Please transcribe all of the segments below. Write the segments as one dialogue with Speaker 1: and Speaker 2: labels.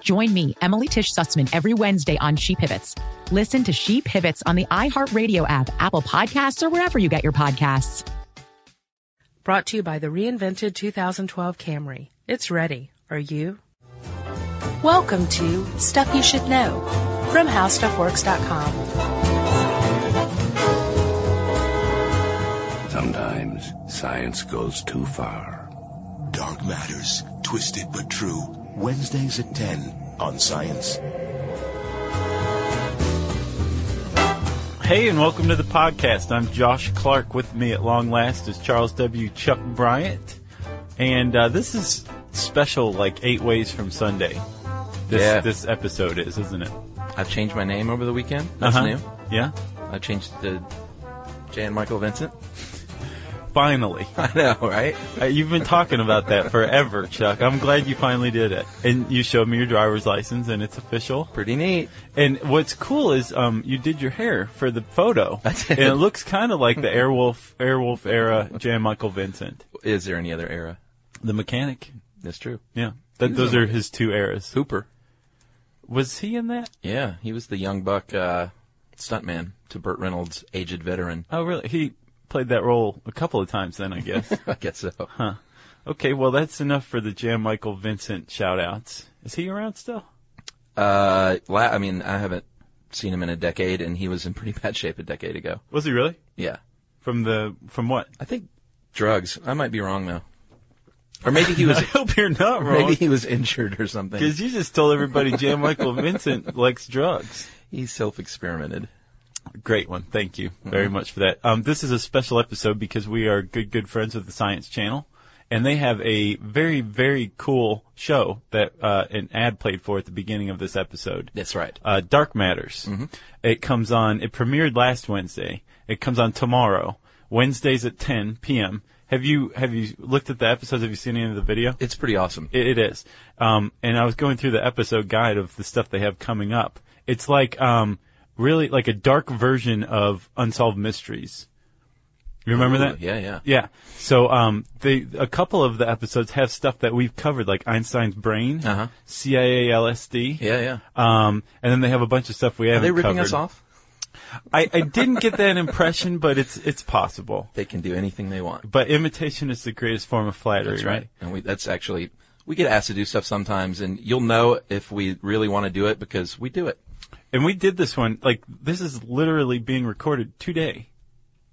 Speaker 1: Join me, Emily Tish Sussman, every Wednesday on She Pivots. Listen to She Pivots on the iHeartRadio app, Apple Podcasts, or wherever you get your podcasts.
Speaker 2: Brought to you by the reinvented 2012 Camry. It's ready. Are you? Welcome to Stuff You Should Know from HowStuffWorks.com.
Speaker 3: Sometimes science goes too far.
Speaker 4: Dark Matters, twisted but true. Wednesdays at 10 on Science.
Speaker 5: Hey, and welcome to the podcast. I'm Josh Clark. With me at long last is Charles W. Chuck Bryant. And uh, this is special, like eight ways from Sunday. This,
Speaker 6: Yeah.
Speaker 5: this episode is, isn't it?
Speaker 6: I've changed my name over the weekend. That's
Speaker 5: Uh-huh.
Speaker 6: new.
Speaker 5: Yeah?
Speaker 6: I changed to Jan Michael Vincent.
Speaker 5: Finally.
Speaker 6: I know, right?
Speaker 5: Uh, You've been talking about that forever, Chuck. I'm glad you finally did it. And you showed me your driver's license, and it's official.
Speaker 6: Pretty neat.
Speaker 5: And what's cool is um, you did your hair for the photo.
Speaker 6: I did.
Speaker 5: And it looks kind of like the Airwolf, Airwolf era Jan Michael Vincent,
Speaker 6: Is there any other era?
Speaker 5: the mechanic.
Speaker 6: That's true.
Speaker 5: Yeah. That, those are his two eras.
Speaker 6: Hooper.
Speaker 5: Was he in that?
Speaker 6: Yeah, he was the young buck uh, stuntman to Burt Reynolds' aged veteran.
Speaker 5: Oh, really? He played that role a couple of times then, I guess.
Speaker 6: I guess so.
Speaker 5: okay, well, that's enough for the Jan Michael Vincent shout outs. Is he around still?
Speaker 6: Uh, la- I mean, I haven't seen him in a decade, and he was in pretty bad shape a decade ago.
Speaker 5: Was he really?
Speaker 6: Yeah.
Speaker 5: From the, from what?
Speaker 6: I think drugs. I might be wrong, though. Or maybe he was
Speaker 5: I hope you're not wrong.
Speaker 6: maybe he was injured or something.
Speaker 5: Because you just told everybody Jan Michael Vincent likes drugs.
Speaker 6: He self-experimented.
Speaker 5: Great one. Thank you
Speaker 6: Mm-hmm.
Speaker 5: very much for that. Um, this is a special episode because we are good, good friends with the Science Channel. And they have a very, very cool show that uh, an ad played for at the beginning of this episode.
Speaker 6: That's right. Mm-hmm.
Speaker 5: Uh, Dark Matters. It comes on, it premiered last Wednesday. It comes on tomorrow, Wednesdays at 10 p.m. Have you, have you looked at the episodes? Have you seen any of the video?
Speaker 6: It's pretty awesome.
Speaker 5: It, it is. Um, and I was going through the episode guide of the stuff they have coming up. It's like um, really like a dark version of Unsolved Mysteries. You remember
Speaker 6: Ooh,
Speaker 5: that?
Speaker 6: yeah, yeah.
Speaker 5: Yeah. So um, they a couple of the episodes have stuff that we've covered, like Einstein's brain,
Speaker 6: Uh-huh.
Speaker 5: CIA LSD.
Speaker 6: Yeah, yeah.
Speaker 5: Um, and then they have a bunch of stuff we
Speaker 6: Are
Speaker 5: haven't
Speaker 6: they ripping
Speaker 5: covered.
Speaker 6: us off?
Speaker 5: I, I didn't get that impression, but it's it's possible.
Speaker 6: They can do anything they want.
Speaker 5: But imitation is the greatest form of flattery, right?
Speaker 6: And we, that's actually, we get asked to do stuff sometimes, and you'll know if we really want to do it because we do it.
Speaker 5: And we did this one. Like this is literally being recorded today.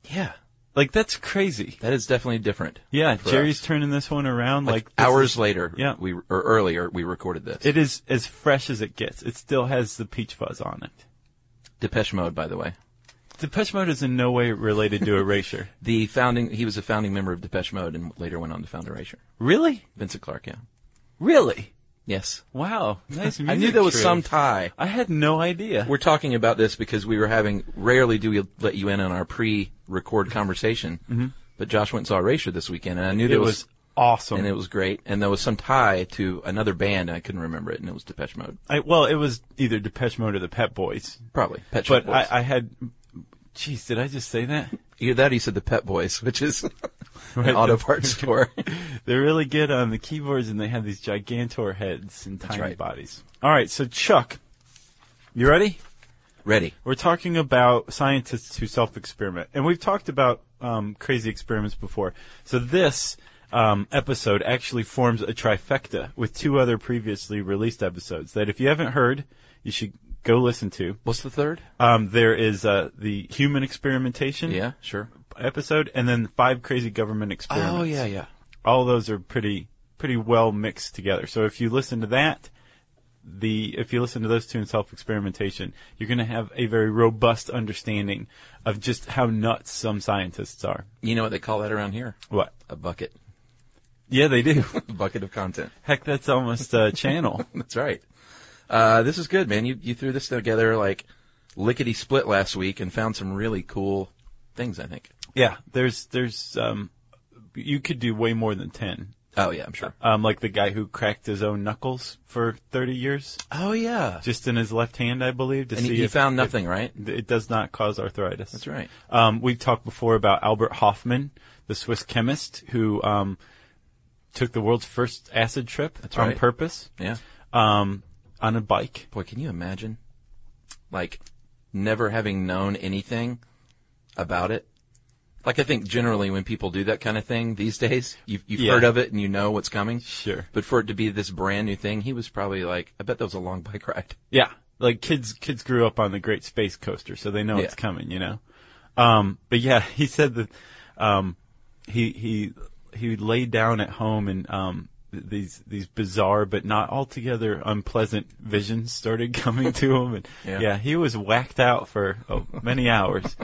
Speaker 6: Yeah.
Speaker 5: Like that's crazy.
Speaker 6: That is definitely different.
Speaker 5: Yeah,
Speaker 6: for
Speaker 5: Jerry's
Speaker 6: us.
Speaker 5: turning this one around
Speaker 6: Like,
Speaker 5: like, this
Speaker 6: hours
Speaker 5: is-
Speaker 6: later,
Speaker 5: Yeah.
Speaker 6: we, or earlier, we recorded this.
Speaker 5: It is as fresh as it gets. It still has the peach fuzz on it.
Speaker 6: Depeche Mode, by the way.
Speaker 5: Depeche Mode is in no way related to Erasure.
Speaker 6: The founding, he was a founding member of Depeche Mode and later went on to found Erasure.
Speaker 5: really?
Speaker 6: Vincent Clark, yeah.
Speaker 5: Really?
Speaker 6: Yes.
Speaker 5: Wow. Nice music.
Speaker 6: I knew there was
Speaker 5: trove.
Speaker 6: some tie.
Speaker 5: I had no idea.
Speaker 6: We're talking about this because we were having, rarely do we let you in on our pre-record conversation. But Josh went and saw Erasure this weekend, and I knew
Speaker 5: it
Speaker 6: there
Speaker 5: was awesome.
Speaker 6: and it was great. And there was some tie to another band. I couldn't remember it, and it was Depeche Mode,
Speaker 5: I, well, it was either Depeche Mode or the Pet Boys.
Speaker 6: probably. Pet Shop
Speaker 5: But
Speaker 6: Boys.
Speaker 5: I, I had. Jeez, did I just say that?
Speaker 6: either that or you said the Pet Boys, which is
Speaker 5: Right.
Speaker 6: an auto parts store.
Speaker 5: They're really good on the keyboards, and they have these gigantor heads and tiny
Speaker 6: right.
Speaker 5: bodies. All right, so Chuck, you ready?
Speaker 6: Ready?
Speaker 5: We're talking about scientists who self-experiment, and we've talked about um, crazy experiments before. So this um, episode actually forms a trifecta with two other previously released episodes. That if you haven't heard, you should Go listen to.
Speaker 6: What's the third?
Speaker 5: Um, there is uh, the human experimentation
Speaker 6: Yeah, sure.
Speaker 5: episode, and then five crazy government experiments.
Speaker 6: Oh yeah, yeah.
Speaker 5: all those are pretty pretty well mixed together. So if you listen to that, the if you listen to those two in self experimentation, you're going to have a very robust understanding of just how nuts some scientists are.
Speaker 6: You know what they call that around here?
Speaker 5: What?
Speaker 6: A bucket.
Speaker 5: Yeah, they do.
Speaker 6: A bucket of content.
Speaker 5: Heck, that's almost a channel.
Speaker 6: That's right. Uh, this is good, man. You you threw this together like lickety split last week and found some really cool things. I think.
Speaker 5: yeah, there's there's um, you could do way more than ten.
Speaker 6: Oh yeah, I'm sure.
Speaker 5: Um, like the guy who cracked his own knuckles for 30 years,
Speaker 6: Oh yeah.
Speaker 5: just in his left hand, I believe, to
Speaker 6: And you,
Speaker 5: Uh, see
Speaker 6: you
Speaker 5: if
Speaker 6: found nothing, right?
Speaker 5: it does not cause arthritis.
Speaker 6: That's right.
Speaker 5: Um, we've talked before about Albert Hoffman, the Swiss chemist who um, took the world's first acid trip on
Speaker 6: right.
Speaker 5: purpose
Speaker 6: Yeah.
Speaker 5: um, on a bike.
Speaker 6: Boy, can you imagine? Like, never having known anything about it. Like, I think generally when people do that kind of thing these days, you've, you've
Speaker 5: Yeah.
Speaker 6: heard of it and you know what's coming.
Speaker 5: Sure.
Speaker 6: But for it to be this brand new thing, he was probably like, I bet that was a long bike ride.
Speaker 5: Yeah, like kids kids grew up on the Great Space Coaster, so they know
Speaker 6: Yeah.
Speaker 5: it's coming, you know. Um, but yeah, he said that um, he he he laid down at home and um, th- these these bizarre but not altogether unpleasant visions started coming to him, and
Speaker 6: Yeah.
Speaker 5: yeah, he was whacked out for oh, many hours.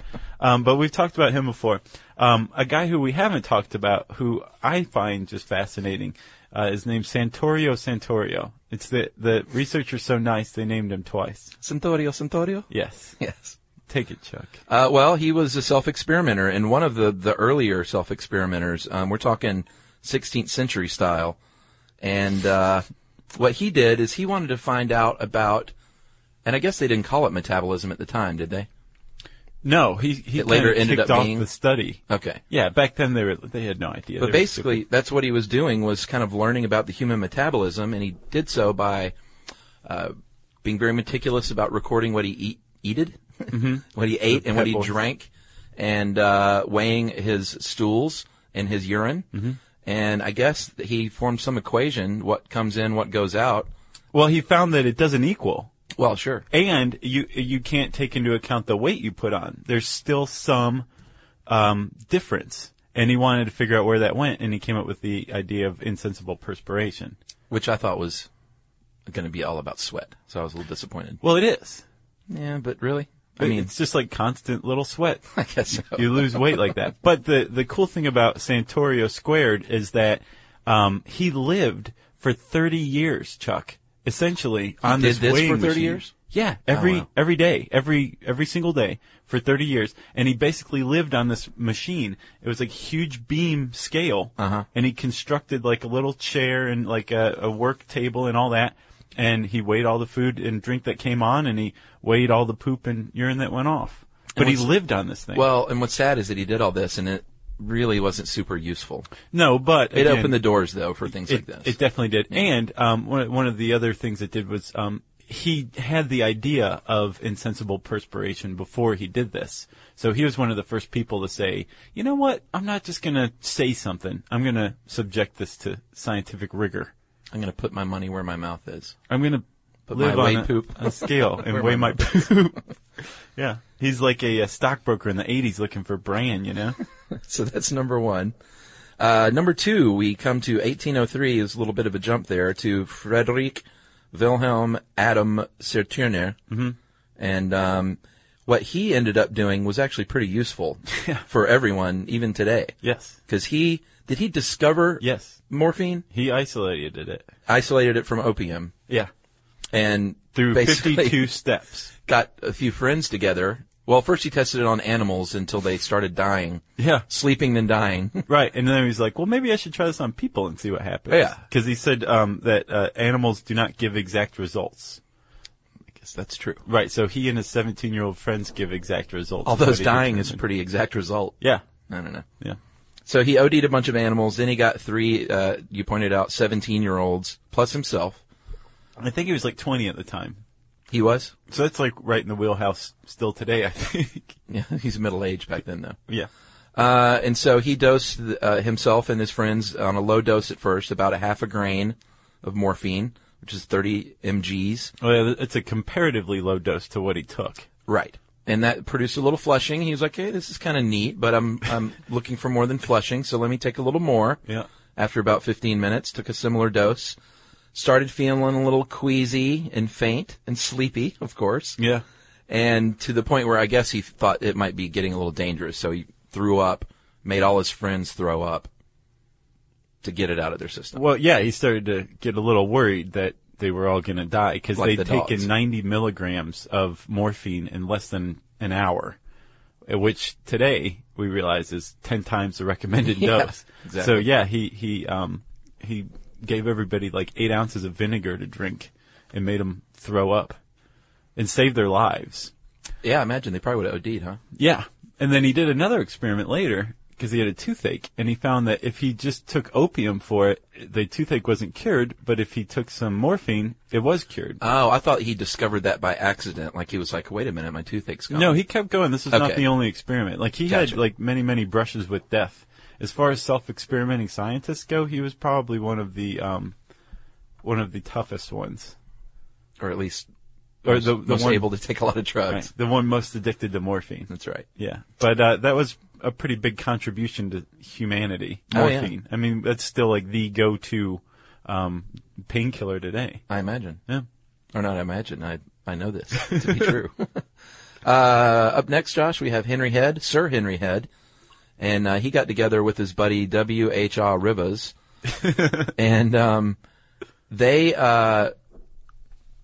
Speaker 5: Um, but we've talked about him before. Um, a guy who we haven't talked about, who I find just fascinating, uh, is named Santorio Santorio. It's the the researcher's so nice they named him twice.
Speaker 6: Santorio, Santorio?
Speaker 5: Yes,
Speaker 6: Yes.
Speaker 5: take it, Chuck.
Speaker 6: Uh, well, he was a self-experimenter and one of the, the earlier self-experimenters. Um, we're talking 16th century style. And, uh, what he did is he wanted to find out about, and I guess they didn't call it metabolism at the time, did they?
Speaker 5: No, he he
Speaker 6: It later
Speaker 5: kinda
Speaker 6: ended
Speaker 5: kicked
Speaker 6: up
Speaker 5: off
Speaker 6: being-
Speaker 5: the study.
Speaker 6: Okay.
Speaker 5: Yeah, back then they were they had no idea. They
Speaker 6: But
Speaker 5: were
Speaker 6: basically,
Speaker 5: stupid.
Speaker 6: that's what he was doing was kind of learning about the human metabolism, and he did so by uh, being very meticulous about recording what he eat, eated, what he ate, and what he
Speaker 5: Mm-hmm. pebbles.
Speaker 6: drank, and uh, weighing his stools and his urine.
Speaker 5: Mm-hmm.
Speaker 6: And I guess that he formed some equation: what comes in, what goes out.
Speaker 5: well, he found that it doesn't equal.
Speaker 6: Well, sure.
Speaker 5: and you you can't take into account the weight you put on. There's still some um, difference, and he wanted to figure out where that went, and he came up with the idea of insensible perspiration.
Speaker 6: Which I thought was going to be all about sweat, so I was a little disappointed.
Speaker 5: Well, it is.
Speaker 6: Yeah, but really, I
Speaker 5: It-
Speaker 6: mean,
Speaker 5: it's just like constant little sweat.
Speaker 6: I guess so.
Speaker 5: you lose weight like that. But the the cool thing about Santorio squared is that um, he lived for 30 years, Chuck. Essentially, on
Speaker 6: did
Speaker 5: this
Speaker 6: this
Speaker 5: weighing
Speaker 6: for 30
Speaker 5: machine.
Speaker 6: years? Oh,
Speaker 5: Yeah, every
Speaker 6: wow.
Speaker 5: every day, every every single day for 30 years, and he basically lived on this machine. It was like huge beam scale,
Speaker 6: Uh-huh.
Speaker 5: and he constructed like a little chair and like a, a work table and all that. And he weighed all the food and drink that came on, and he weighed all the poop and urine that went off. But he
Speaker 6: what's-
Speaker 5: lived on this thing.
Speaker 6: Well, and what's sad is that he did all this and it really wasn't super useful.
Speaker 5: No, but
Speaker 6: It
Speaker 5: again,
Speaker 6: opened the doors though for things like
Speaker 5: It,
Speaker 6: this.
Speaker 5: it definitely did. And um, one one of the other things it did was um, he had the idea of insensible perspiration before he did this. So he was one of the first people to say, you know what? I'm not just going to say something. I'm going to subject this to scientific rigor.
Speaker 6: I'm going to put my money where my mouth is.
Speaker 5: I'm going to
Speaker 6: Put
Speaker 5: live
Speaker 6: my
Speaker 5: on
Speaker 6: weigh
Speaker 5: a,
Speaker 6: poop.
Speaker 5: a scale and
Speaker 6: Where
Speaker 5: weigh
Speaker 6: my
Speaker 5: my poop. yeah. He's like a, uh stockbroker in the 80s looking for bran, you know?
Speaker 6: So that's number one. Uh, number two, we come to 1803 is a little bit of a jump there to Frederick Wilhelm Adam Serturner. Mm-hmm. And, um, what he ended up doing was actually pretty useful for everyone, even today.
Speaker 5: yes.
Speaker 6: Cause he, did he discover
Speaker 5: Yes.
Speaker 6: morphine?
Speaker 5: He isolated it.
Speaker 6: Isolated it from opium
Speaker 5: Yeah.
Speaker 6: and
Speaker 5: Through
Speaker 6: basically-
Speaker 5: 52 steps.
Speaker 6: got a few friends together. Well, first he tested it on animals until they started dying,
Speaker 5: Yeah.
Speaker 6: sleeping then dying.
Speaker 5: Right, and then he's like, "Well, maybe I should try this on people and see what happens."
Speaker 6: Yeah.
Speaker 5: because he said um, that uh, animals do not give exact results.
Speaker 6: I guess that's true.
Speaker 5: Right, so he and his seventeen-year-old friends give exact results.
Speaker 6: Although
Speaker 5: That's
Speaker 6: his
Speaker 5: what he
Speaker 6: dying is a
Speaker 5: determined.
Speaker 6: pretty exact result.
Speaker 5: Yeah,
Speaker 6: I don't know.
Speaker 5: yeah,
Speaker 6: So he OD'd a bunch of animals. Then he got three, uh, you pointed out, 17 year olds plus himself.
Speaker 5: I think he was like twenty at the time,
Speaker 6: He was?
Speaker 5: so that's like right in the wheelhouse still today. I think.
Speaker 6: Yeah, he's middle aged back then though.
Speaker 5: yeah,
Speaker 6: Uh, and so he dosed uh, himself and his friends on a low dose at first, about a half a grain of morphine which is 30 mg's.
Speaker 5: Well, it's a comparatively low dose to what he took.
Speaker 6: Right. And that produced a little flushing. He was like, "Hey, this is kind of neat, but I'm I'm looking for more than flushing, so let me take a little more."
Speaker 5: Yeah.
Speaker 6: After about 15 minutes, took a similar dose. Started feeling a little queasy and faint and sleepy, of course.
Speaker 5: Yeah.
Speaker 6: And to the point where I guess he thought it might be getting a little dangerous, so he threw up, made all his friends throw up to get it out of their system.
Speaker 5: Well, yeah, he started to get a little worried that they were all going to die because
Speaker 6: Like
Speaker 5: they'd
Speaker 6: the dogs.
Speaker 5: taken 90 milligrams of morphine in less than an hour, uh, which today we realize is 10 times the recommended
Speaker 6: Yeah,
Speaker 5: dose.
Speaker 6: exactly.
Speaker 5: So yeah, he, he, um, he gave everybody like eight ounces of vinegar to drink and made them throw up and save their lives.
Speaker 6: Yeah, I imagine they probably would have OD'd, huh?
Speaker 5: Yeah. And then he did another experiment later because he had a toothache and he found that if he just took opium for it, the toothache wasn't cured, but if he took some morphine, it was cured.
Speaker 6: Oh, I thought he discovered that by accident. Like he was like, "Wait a minute, my toothache's gone."
Speaker 5: No, he kept going. This was not
Speaker 6: Okay.
Speaker 5: the only experiment. Like he had
Speaker 6: Gotcha.
Speaker 5: like many, many brushes with death. As far as self-experimenting scientists go, he was probably one of the um, one of the toughest ones,
Speaker 6: or at least
Speaker 5: or
Speaker 6: was,
Speaker 5: the, the
Speaker 6: was
Speaker 5: one
Speaker 6: able to take a lot of drugs.
Speaker 5: right, the one most addicted to morphine.
Speaker 6: That's right.
Speaker 5: Yeah, but uh, that was a pretty big contribution to humanity.
Speaker 6: Oh, yeah.
Speaker 5: Morphine. I mean, that's still like the go-to um, painkiller today.
Speaker 6: I imagine,
Speaker 5: Yeah.
Speaker 6: or not. I imagine. I I know this to be true. uh, up next, Josh, we have Henry Head, Sir Henry Head, and uh, he got together with his buddy W. H. R. Rivas, and um, they. Uh,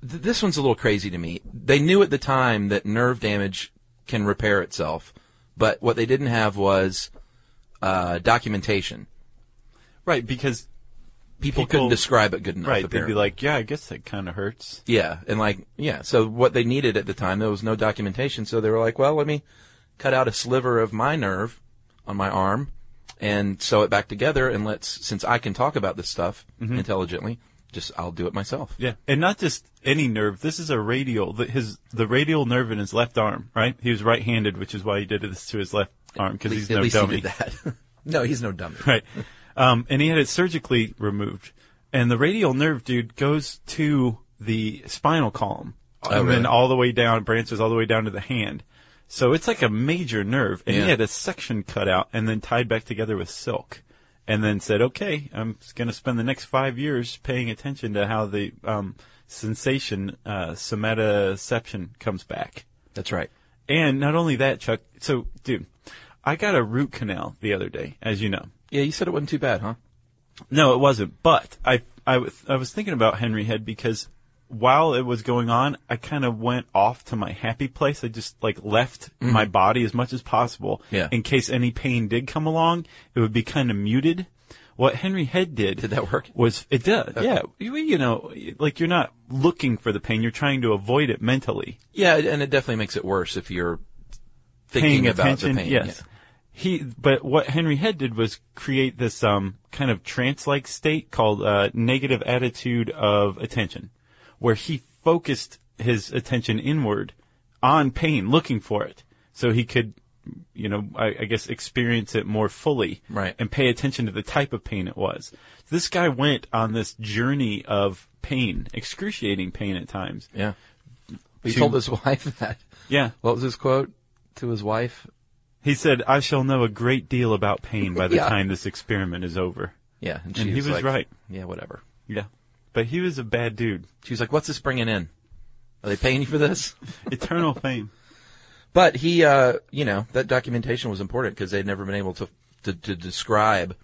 Speaker 6: th- this one's a little crazy to me. They knew at the time that nerve damage can repair itself, but what they didn't have was uh, documentation.
Speaker 5: Right, because People-
Speaker 6: People, couldn't describe it good enough.
Speaker 5: right, they'd be
Speaker 6: apparently.
Speaker 5: like, yeah, I guess that kind of hurts.
Speaker 6: Yeah, and like yeah, so what they needed at the time there was no documentation, so they were like, well, let me cut out a sliver of my nerve on my arm and sew it back together and let's since I can talk about this stuff intelligently, just I'll do it myself.
Speaker 5: Mm-hmm. Yeah, and not just any nerve. This is a radial. The, his the radial nerve in his left arm. Right, he was right-handed, which is why he did this to his left arm because
Speaker 6: Le-
Speaker 5: he's
Speaker 6: at
Speaker 5: no
Speaker 6: least
Speaker 5: dummy.
Speaker 6: he did that. no, he's no dummy.
Speaker 5: Right, um, and he had it surgically removed. And the radial nerve, dude, goes to the spinal column, and
Speaker 6: Oh, really?
Speaker 5: then all the way down, branches all the way down to the hand. So it's like a major nerve, and
Speaker 6: Yeah.
Speaker 5: he had a section cut out and then tied back together with silk. And then said, "Okay, I'm going to spend the next five years paying attention to how the um, sensation, uh, somatoception, comes back."
Speaker 6: That's right.
Speaker 5: And not only that, Chuck. So, dude, I got a root canal the other day, as you know.
Speaker 6: Yeah, you said it wasn't too bad, huh?
Speaker 5: No, it wasn't. But I, I, was- I was thinking about Henry Head because while it was going on, I kind of went off to my happy place. I just like left my body as much as possible.
Speaker 6: Mm-hmm. Yeah.
Speaker 5: In case any pain did come along, it would be kind of muted. What Henry Head did.
Speaker 6: Did that work?
Speaker 5: Was, it did. Yeah. You, you know, like you're not looking for the pain. You're trying to avoid it mentally.
Speaker 6: Yeah, and it definitely makes it worse if you're
Speaker 5: paying
Speaker 6: thinking about the
Speaker 5: attention.
Speaker 6: pain.
Speaker 5: Yes. He, but what Henry Head did was create this um, kind of trance-like state called uh, negative attitude of attention, where he focused his attention inward on pain, looking for it, so he could, you know, I, I guess experience it more fully,
Speaker 6: Right.
Speaker 5: and pay attention to the type of pain it was. This guy went on this journey of pain, excruciating pain at times.
Speaker 6: Yeah. He
Speaker 5: To-
Speaker 6: told his wife that.
Speaker 5: Yeah,
Speaker 6: What was his quote to his wife?
Speaker 5: He said, I shall know a great deal about pain by the
Speaker 6: Yeah.
Speaker 5: time this experiment is over.
Speaker 6: Yeah, and, she
Speaker 5: And he was
Speaker 6: like,
Speaker 5: right.
Speaker 6: Yeah, whatever.
Speaker 5: Yeah. But he was a bad dude.
Speaker 6: She was like, "What's this bringing in? Are they paying you for this?"
Speaker 5: Eternal fame.
Speaker 6: But he, uh, you know, that documentation was important because they'd never been able to, to to describe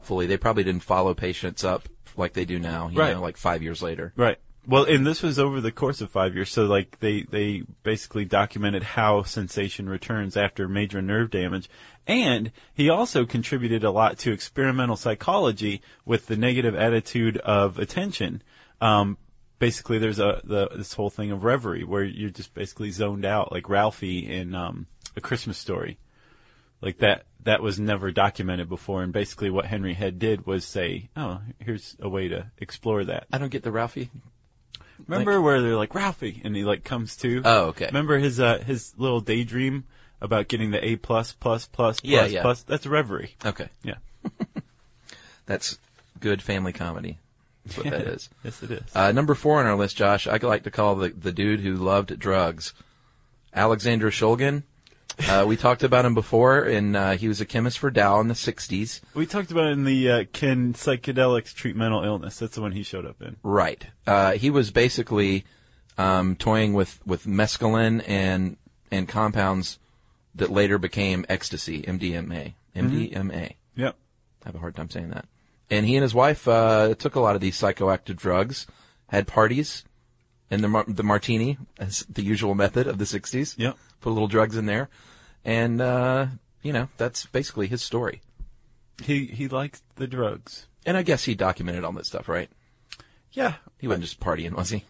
Speaker 6: fully. They probably didn't follow patients up like they do now. You
Speaker 5: Right.
Speaker 6: know, like five years later.
Speaker 5: Right. Well, and this was over the course of five years. So like they, they basically documented how sensation returns after major nerve damage. And he also contributed a lot to experimental psychology with the negative attitude of attention. Um, basically there's a, the, this whole thing of reverie where you're just basically zoned out like Ralphie in, um, a Christmas story. like that that was never documented before and basically what henry head did was say oh here's a way to explore that
Speaker 6: I don't get the Ralphie.
Speaker 5: remember where they're like ralphie and he like comes to
Speaker 6: Oh, okay.
Speaker 5: remember his uh his little daydream about getting the a plus plus plus
Speaker 6: Yeah,
Speaker 5: plus
Speaker 6: yeah.
Speaker 5: plus that's reverie
Speaker 6: Okay,
Speaker 5: yeah
Speaker 6: that's good family comedy. That's what that is.
Speaker 5: Yes, it is.
Speaker 6: Uh, number four on our list, Josh, I like to call the, the dude who loved drugs, Alexander Shulgin. Uh, we talked about him before, and uh, he was a chemist for Dow in the 60s.
Speaker 5: We talked about it in the uh, Can Psychedelics Treat Mental Illness? That's the one he showed up in.
Speaker 6: Right. Uh, he was basically um, toying with, with mescaline and and compounds that later became ecstasy, MDMA. MDMA.
Speaker 5: Yep.
Speaker 6: I have a hard time saying that. And he and his wife uh, took a lot of these psychoactive drugs, had parties, and the mar- the martini, as the usual method of the '60s.
Speaker 5: Yep.
Speaker 6: Put a little drugs in there, and uh, you know that's basically his story.
Speaker 5: He he liked the drugs.
Speaker 6: And I guess he documented all that stuff, right?
Speaker 5: Yeah.
Speaker 6: He wasn't just partying, was he?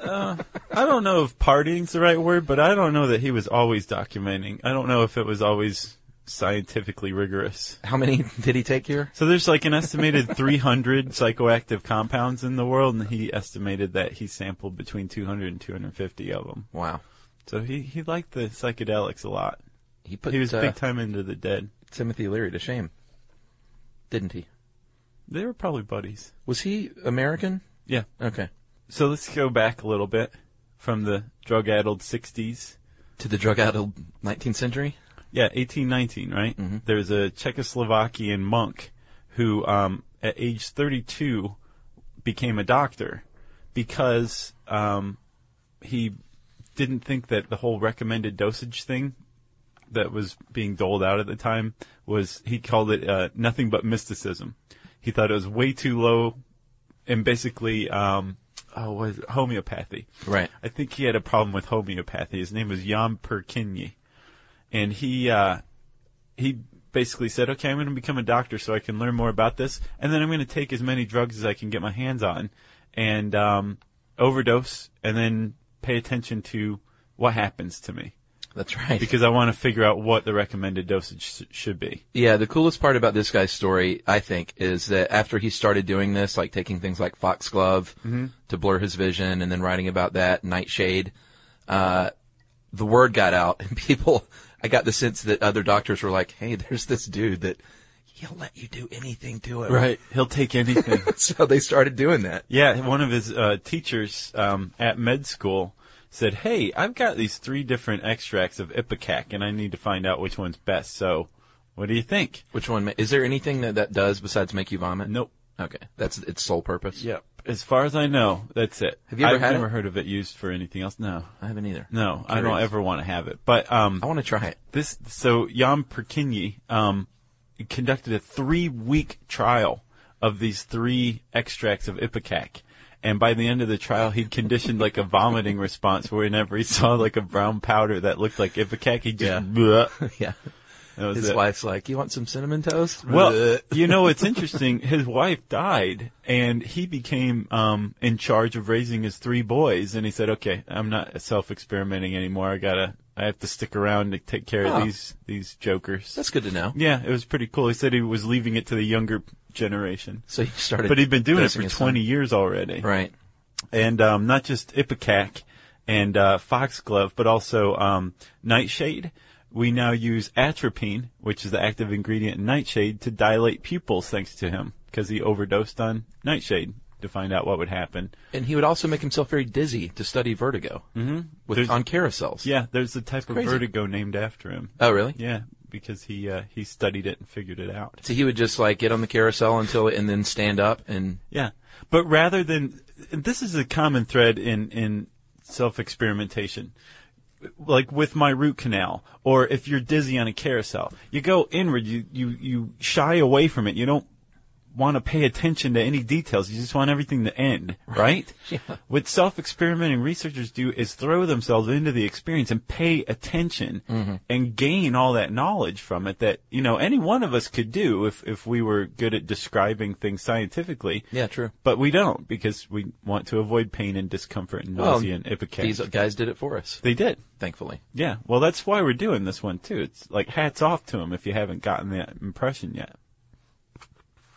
Speaker 5: I don't know if partying's the right word, but I don't know that he was always documenting. I don't know if it was always scientifically rigorous.
Speaker 6: How many did he take here?
Speaker 5: So there's like an estimated 300 psychoactive compounds in the world, and he estimated that he sampled between 200 and 250 of them.
Speaker 6: Wow,
Speaker 5: So he, he liked the psychedelics a lot.
Speaker 6: he put
Speaker 5: he was
Speaker 6: uh,
Speaker 5: big time into the dead.
Speaker 6: Timothy Leary to shame, didn't he?
Speaker 5: They were probably buddies.
Speaker 6: Was he American?
Speaker 5: Yeah.
Speaker 6: Okay.
Speaker 5: So let's go back a little bit from the drug-addled 60s.
Speaker 6: To the drug-addled 19th century.
Speaker 5: Yeah, 1819, right? There's a Czechoslovakian monk who, um, at age 32, became a doctor because um, he didn't think that the whole recommended dosage thing that was being doled out at the time was, he called it uh, nothing but mysticism. He thought it was way too low and basically, um, oh, what is it? homeopathy.
Speaker 6: Right.
Speaker 5: I think he had a problem with homeopathy. His name was Jan Perkinyi, and he uh, he basically said, "Okay, I'm going to become a doctor so I can learn more about this, and then I'm going to take as many drugs as I can get my hands on, and um, overdose, and then pay attention to what happens to me
Speaker 6: That's right.
Speaker 5: because I want to figure out what the recommended dosage sh- should be."
Speaker 6: Yeah, the coolest part about this guy's story, I think, is that after he started doing this, like taking things like Foxglove
Speaker 5: Mm-hmm.
Speaker 6: to blur his vision and then writing about that, Nightshade, uh, the word got out and people, I got the sense that other doctors were like, hey, there's this dude that he'll let you do anything to him.
Speaker 5: he'll take anything.
Speaker 6: So they started doing that.
Speaker 5: Yeah, one of his uh, teachers um, at med school said, "Hey, I've got these three different extracts of ipecac, and I need to find out which one's best. So, what do you think?"
Speaker 6: Which one? ma- Is there anything that that does besides make you vomit?
Speaker 5: Nope.
Speaker 6: Okay. That's its sole purpose.
Speaker 5: Yep. As far as I know, that's it.
Speaker 6: Have you ever
Speaker 5: I've
Speaker 6: had
Speaker 5: never
Speaker 6: it?
Speaker 5: heard of it used for anything else. No,
Speaker 6: I haven't either.
Speaker 5: no, I don't
Speaker 6: Curious.
Speaker 5: ever want to have it. But um,
Speaker 6: I want to try it.
Speaker 5: This so Jan Perkinyi um, conducted a three-week trial of these three extracts of ipecac, and by the end of the trial, he conditioned like a vomiting response whenever he saw like a brown powder that looked like ipecac, he just
Speaker 6: Yeah.
Speaker 5: bleh.
Speaker 6: yeah.
Speaker 5: That was
Speaker 6: His
Speaker 5: it.
Speaker 6: wife's like, you want some cinnamon toast?
Speaker 5: Well,
Speaker 6: Bleh.
Speaker 5: you know what's interesting? His wife died, and he became um, in charge of raising his three boys. And he said, "Okay, I'm not self-experimenting anymore. I gotta, I have to stick around to take care
Speaker 6: Huh.
Speaker 5: of these these jokers."
Speaker 6: that's good to know.
Speaker 5: Yeah, it was pretty cool. He said he was leaving it to the younger generation.
Speaker 6: So he started.
Speaker 5: But he'd been doing it
Speaker 6: dosing
Speaker 5: for
Speaker 6: his
Speaker 5: 20 years already.
Speaker 6: son. Right.
Speaker 5: And um, not just Ipecac and uh, Foxglove, but also um, Nightshade. We now use atropine, which is the active ingredient in Nightshade, to dilate pupils thanks to him because he overdosed on Nightshade to find out what would happen.
Speaker 6: And he would also make himself very dizzy to study vertigo mm-hmm. with
Speaker 5: There's-
Speaker 6: on carousels.
Speaker 5: Yeah, there's a type of
Speaker 6: crazy.
Speaker 5: vertigo named after him.
Speaker 6: Oh, really?
Speaker 5: Yeah, because he uh, he studied it and figured it out.
Speaker 6: So he would just like get on the carousel until and then stand up and
Speaker 5: Yeah, but rather than this is a common thread in in self experimentation, like with my root canal, or if you're dizzy on a carousel, you go inward, you you you shy away from it, you don't want to pay attention to any details. You just want everything to end, right? What self-experimenting researchers do is throw themselves into the experience and pay attention and gain all that knowledge from it that, you know, any one of us could do if, if we were good at describing things scientifically.
Speaker 6: Yeah, true.
Speaker 5: But we don't because we want to avoid pain and discomfort and
Speaker 6: well,
Speaker 5: nausea and ipecac.
Speaker 6: these guys did it for us,
Speaker 5: they did.
Speaker 6: thankfully.
Speaker 5: Yeah. Well, that's why we're doing this one too. It's like hats off to them if you haven't gotten that impression yet.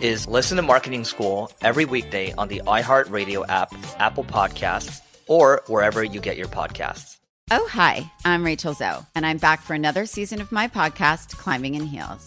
Speaker 7: is listen to Marketing School every weekday on the iHeartRadio app, Apple Podcasts, or wherever you get your podcasts.
Speaker 8: Oh, hi, I'm Rachel Zoe, and I'm back for another season of my podcast, Climbing in Heels.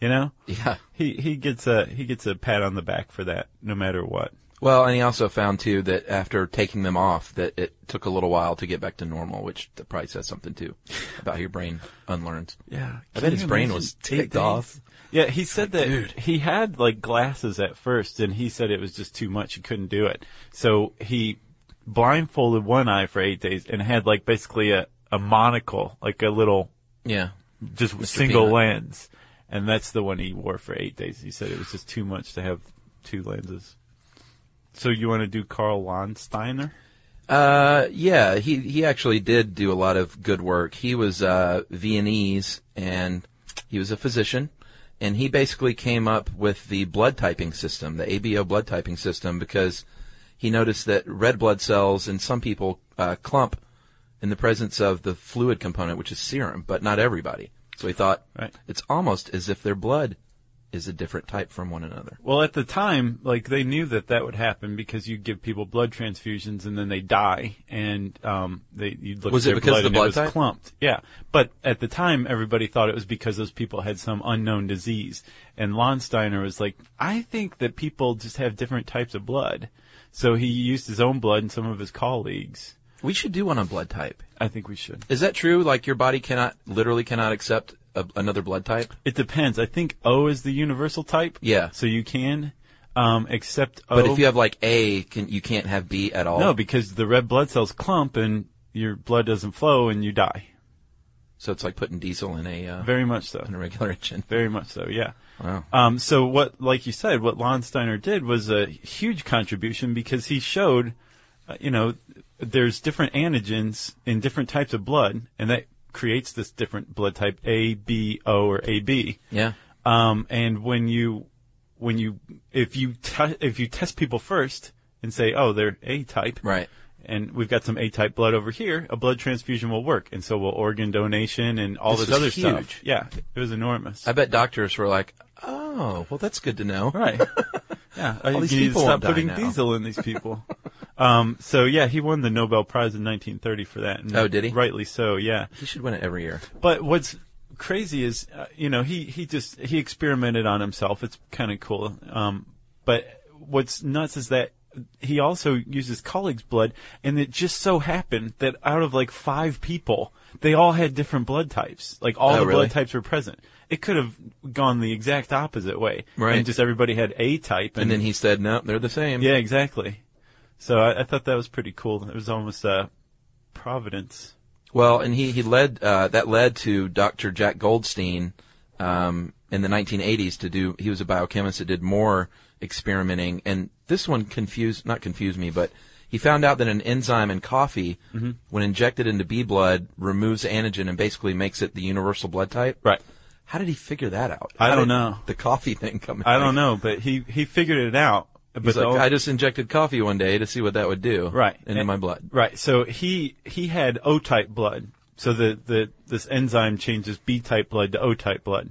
Speaker 5: You know,
Speaker 6: Yeah.
Speaker 5: he he gets a he gets a pat on the back for that, no matter what.
Speaker 6: Well, and he also found too that after taking them off, that it took a little while to get back to normal, which that probably says something too about how your brain unlearns.
Speaker 5: Yeah,
Speaker 6: I bet his brain was ticked off.
Speaker 5: Yeah, he said that
Speaker 6: dude.
Speaker 5: he had like glasses at first, and he said it was just too much. He couldn't do it, so he blindfolded one eye for eight days and had like basically a a monocle, like a little
Speaker 6: Yeah,
Speaker 5: just single
Speaker 6: Peanut.
Speaker 5: lens, and that's the one he wore for eight days. He said it was just too much to have two lenses. So you want to do Carl Landsteiner?
Speaker 6: uh, yeah. He he actually did do a lot of good work. He was uh, Viennese, and he was a physician, and he basically came up with the blood typing system, the ABO blood typing system, because he noticed that red blood cells in some people uh, clump in the presence of the fluid component, which is serum, but not everybody. So he thought,
Speaker 5: Right.
Speaker 6: it's almost as if their blood is a different type from one another.
Speaker 5: Well, at the time, like they knew that that would happen because you give people blood transfusions and then they die, and um, they you look
Speaker 6: Was
Speaker 5: at
Speaker 6: it
Speaker 5: their
Speaker 6: because
Speaker 5: blood
Speaker 6: of the
Speaker 5: and
Speaker 6: blood
Speaker 5: it was
Speaker 6: type?
Speaker 5: clumped. Yeah, but at the time, everybody thought it was because those people had some unknown disease, and Lonsteiner was like, I think that people just have different types of blood, so he used his own blood and some of his colleagues.
Speaker 6: We should do one on blood type.
Speaker 5: I think we should.
Speaker 6: Is that true? Like your body cannot, literally cannot accept a, another blood type?
Speaker 5: It depends. I think O is the universal type.
Speaker 6: Yeah.
Speaker 5: So you can, um, except O.
Speaker 6: But if you have like A, can you can't have B at all?
Speaker 5: No, because the red blood cells clump and your blood doesn't flow and you die.
Speaker 6: so it's like putting diesel in a, uh,
Speaker 5: Very much so.
Speaker 6: in a regular engine.
Speaker 5: Very much so, yeah.
Speaker 6: Wow.
Speaker 5: Um, so what, like you said, what Lonsteiner did was a huge contribution because he showed, uh, you know, there's different antigens in different types of blood and that creates this different blood type A, B, O, or AB.
Speaker 6: Yeah.
Speaker 5: Um, and when you, when you, if you, te- if you test people first and say, oh, they're A type.
Speaker 6: Right.
Speaker 5: And we've got some A-type blood over here. A blood transfusion will work, and so will organ donation and all
Speaker 6: This
Speaker 5: this,
Speaker 6: was
Speaker 5: other
Speaker 6: huge.
Speaker 5: stuff. Yeah, it was enormous.
Speaker 6: I bet doctors were like, oh, well, that's good to know.
Speaker 5: right? Yeah, I-
Speaker 6: All these
Speaker 5: you need to
Speaker 6: people
Speaker 5: stop
Speaker 6: won't die
Speaker 5: putting
Speaker 6: now.
Speaker 5: diesel in these people. um, so yeah, he won the Nobel Prize in 1930 for that. and
Speaker 6: Oh, did he?
Speaker 5: Rightly so. Yeah.
Speaker 6: He should win it every year.
Speaker 5: But what's crazy is, uh, you know, he, he just, he experimented on himself. It's kind of cool. Um, but what's nuts is that he also uses colleagues' blood, and it just so happened that out of like five people, they all had different blood types. Like all
Speaker 6: Oh,
Speaker 5: the
Speaker 6: really?
Speaker 5: blood types were present. It could have gone the exact opposite way.
Speaker 6: Right.
Speaker 5: And just everybody had A type.
Speaker 6: And then he said, no, they're the same.
Speaker 5: Yeah, exactly. So I, I thought that was pretty cool. It was almost, uh, providence.
Speaker 6: Well, and he, he led, uh, that led to Dr. Jack Goldstein, um, in the 1980s to do, he was a biochemist that did more experimenting. And this one confused, not confused me, but he found out that an enzyme in coffee,
Speaker 5: Mm-hmm.
Speaker 6: when injected into B blood, removes antigen and basically makes it the universal blood type.
Speaker 5: Right.
Speaker 6: How did he figure that out?
Speaker 5: I
Speaker 6: How
Speaker 5: don't
Speaker 6: did
Speaker 5: know.
Speaker 6: The coffee thing come
Speaker 5: I don't know, but he, he figured it out. But
Speaker 6: He's
Speaker 5: the
Speaker 6: like,
Speaker 5: ol-
Speaker 6: I just injected coffee one day to see what that would do.
Speaker 5: right
Speaker 6: Into
Speaker 5: And-
Speaker 6: my blood.
Speaker 5: Right. So he he had O type blood. So the, the this enzyme changes B type blood to O type blood.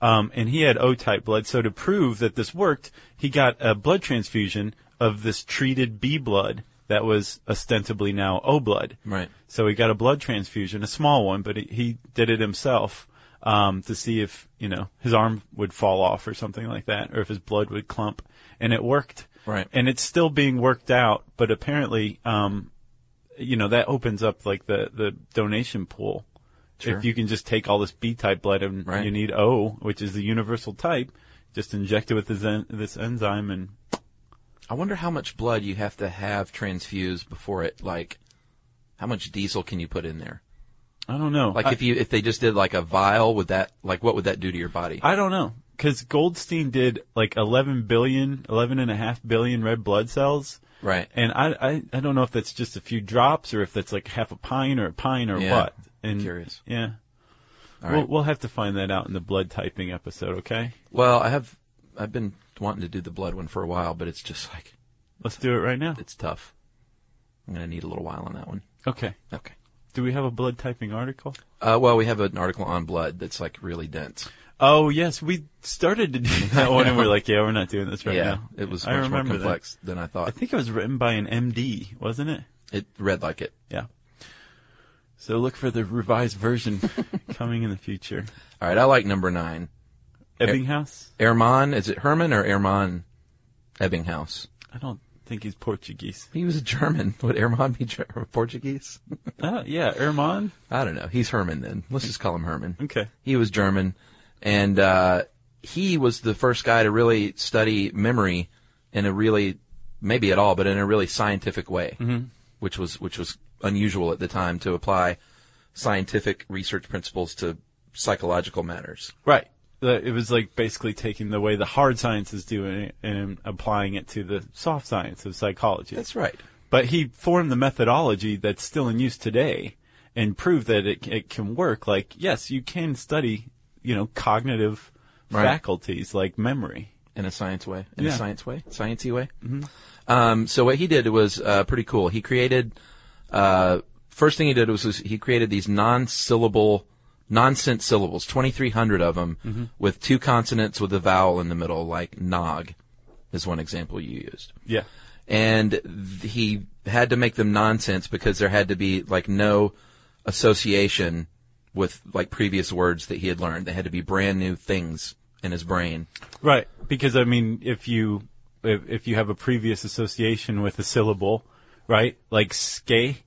Speaker 5: Um, and he had O type blood. So to prove that this worked, he got a blood transfusion of this treated B blood that was ostensibly now O blood.
Speaker 6: Right.
Speaker 5: So he got a blood transfusion, a small one, but he, he did it himself um, to see if you know his arm would fall off or something like that, or if his blood would clump, and it worked.
Speaker 6: Right.
Speaker 5: And it's still being worked out, but apparently, um, you know, that opens up like the the donation pool.
Speaker 6: Sure.
Speaker 5: If you can just take all this B type blood and
Speaker 6: Right.
Speaker 5: you need O, which is the universal type, just inject it with this, en- this enzyme and
Speaker 6: I wonder how much blood you have to have transfused before it, like, how much diesel can you put in there?
Speaker 5: I don't know.
Speaker 6: Like
Speaker 5: I-
Speaker 6: if you, if they just did like a vial, would that, like what would that do to your body?
Speaker 5: I don't know. Because Goldstein did like 11 billion, 11 and a half billion red blood cells.
Speaker 6: Right.
Speaker 5: And I, I, I don't know if that's just a few drops or if that's like half a pine or a pine or
Speaker 6: Yeah.
Speaker 5: what. And
Speaker 6: Curious.
Speaker 5: Yeah.
Speaker 6: All
Speaker 5: We'll,
Speaker 6: right.
Speaker 5: we'll have to find that out in the blood typing episode, okay?
Speaker 6: Well, I have, I've been wanting to do the blood one for a while, but it's just like,
Speaker 5: Let's do it right now.
Speaker 6: it's tough. I'm going to need a little while on that one.
Speaker 5: Okay.
Speaker 6: Okay.
Speaker 5: Do we have a blood typing article?
Speaker 6: Uh, well, we have an article on blood that's like really dense.
Speaker 5: Oh, yes. We started to do that one and we're like, yeah, we're not doing this right
Speaker 6: yeah.
Speaker 5: now.
Speaker 6: It was
Speaker 5: I
Speaker 6: much more
Speaker 5: remember that.
Speaker 6: complex than I
Speaker 5: I
Speaker 6: thought.
Speaker 5: think it was written by an MD, wasn't it?
Speaker 6: It read like it.
Speaker 5: Yeah. So look for the revised version coming in the future.
Speaker 6: All right. I like number nine.
Speaker 5: Er- Ebbinghaus?
Speaker 6: Hermann, is it Herman or Hermann Ebbinghaus?
Speaker 5: I don't think he's Portuguese.
Speaker 6: He was a German. Would Hermann be Ger- Portuguese?
Speaker 5: Oh, yeah, Erman.
Speaker 6: I don't know. He's Herman then. Let's just call him Herman.
Speaker 5: Okay.
Speaker 6: He was German, and uh, he was the first guy to really study memory in a really, maybe at all, but in a really scientific way, which was which was unusual at the time to apply scientific research principles to psychological matters.
Speaker 5: Right. The- It was like basically taking the way the hard sciences do and, and applying it to the soft science of psychology.
Speaker 6: That's right.
Speaker 5: But he formed the methodology that's still in use today and proved that it, it can work. Like, yes, you can study, you know, cognitive
Speaker 6: Right.
Speaker 5: faculties like memory.
Speaker 6: in a science way, in a
Speaker 5: Yeah.
Speaker 6: science way, sciencey way. Um, so what he did was uh, pretty cool. He created uh, first thing he did was, was he created these non-syllable nonsense syllables, 2,300 of them, with two consonants with a vowel in the middle, like nog is one example you used.
Speaker 5: Yeah.
Speaker 6: And th- he had to make them nonsense because there had to be like no association with like previous words that he had learned. They had to be brand new things in his brain.
Speaker 5: Right, because I mean, if you if, if you have a previous association with a syllable, right, like skate,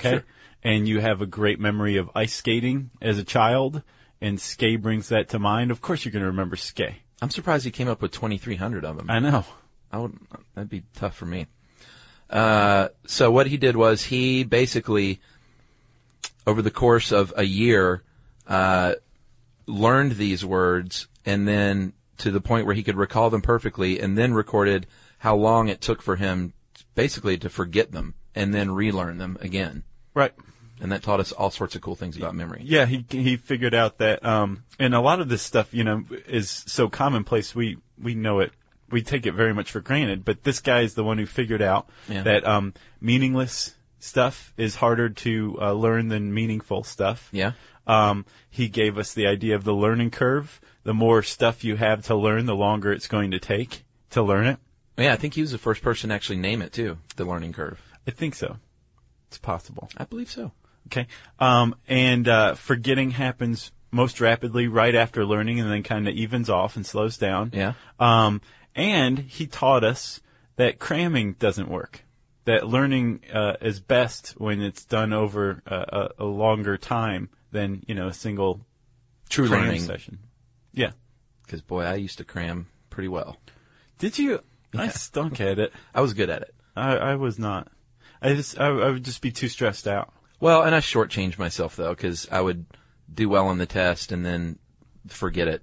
Speaker 5: okay, and you have a great memory of ice skating as a child, and skate brings that to mind. Of course, you're going to remember skate.
Speaker 6: I'm surprised he came up with 2,300 of them.
Speaker 5: I know.
Speaker 6: I would, that'd be tough for me. Uh, so what he did was he basically, over the course of a year, uh, learned these words and then to the point where he could recall them perfectly and then recorded how long it took for him basically to forget them and then relearn them again.
Speaker 5: Right.
Speaker 6: And that taught us all sorts of cool things about memory.
Speaker 5: Yeah, he he figured out that, um, and a lot of this stuff, you know, is so commonplace. We we know it, we take it very much for granted. But this guy is the one who figured out
Speaker 6: Yeah.
Speaker 5: that um, meaningless stuff is harder to uh, learn than meaningful stuff.
Speaker 6: Yeah.
Speaker 5: Um, he gave us the idea of the learning curve. The more stuff you have to learn, the longer it's going to take to learn it.
Speaker 6: Yeah, I think he was the first person to actually name it too, the learning curve.
Speaker 5: I think so. It's possible.
Speaker 6: I believe so.
Speaker 5: Okay. Um, and uh, forgetting happens most rapidly right after learning and then kind of evens off and slows down.
Speaker 6: Yeah.
Speaker 5: Um, and he taught us that cramming doesn't work. That learning uh, is best when it's done over uh, a, a longer time than you know a single
Speaker 6: True
Speaker 5: cram
Speaker 6: learning.
Speaker 5: session. Yeah.
Speaker 6: Because boy, I used to cram pretty well.
Speaker 5: Did you? I stunk at it.
Speaker 6: I was good at it.
Speaker 5: I, I was not. I just I, I would just be too stressed out.
Speaker 6: Well, and I shortchanged myself though, because I would do well on the test and then forget it,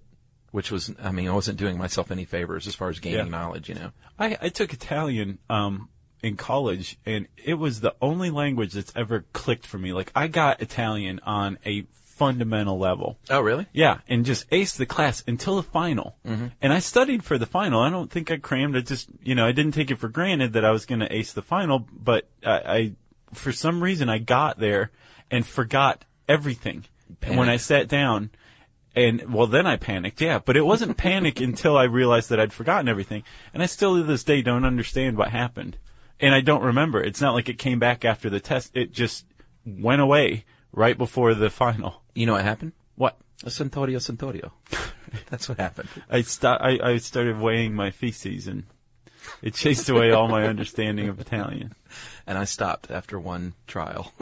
Speaker 6: which was, I mean, I wasn't doing myself any favors as far as
Speaker 5: Yeah.
Speaker 6: gaining knowledge, you know.
Speaker 5: I, I took Italian um, in college, and it was the only language that's ever clicked for me. Like I got Italian on a fundamental level.
Speaker 6: Oh, really?
Speaker 5: Yeah, and just aced the class until the final. And I studied for the final. I don't think I crammed. I just, you know, I didn't take it for granted that I was going to ace the final, but I, I, for some reason, I got there and forgot everything. And when I sat down, and well, then I panicked, yeah, but it wasn't panic until I realized that I'd forgotten everything. And I still to this day don't understand what happened. And I don't remember. It's not like it came back after the test. It just went away right before the final.
Speaker 6: You know what happened?
Speaker 5: What?
Speaker 6: A centaurio centaurio. That's what happened.
Speaker 5: I, sta I, I started weighing my feces and it chased away all my understanding of Italian.
Speaker 6: And I stopped after one trial.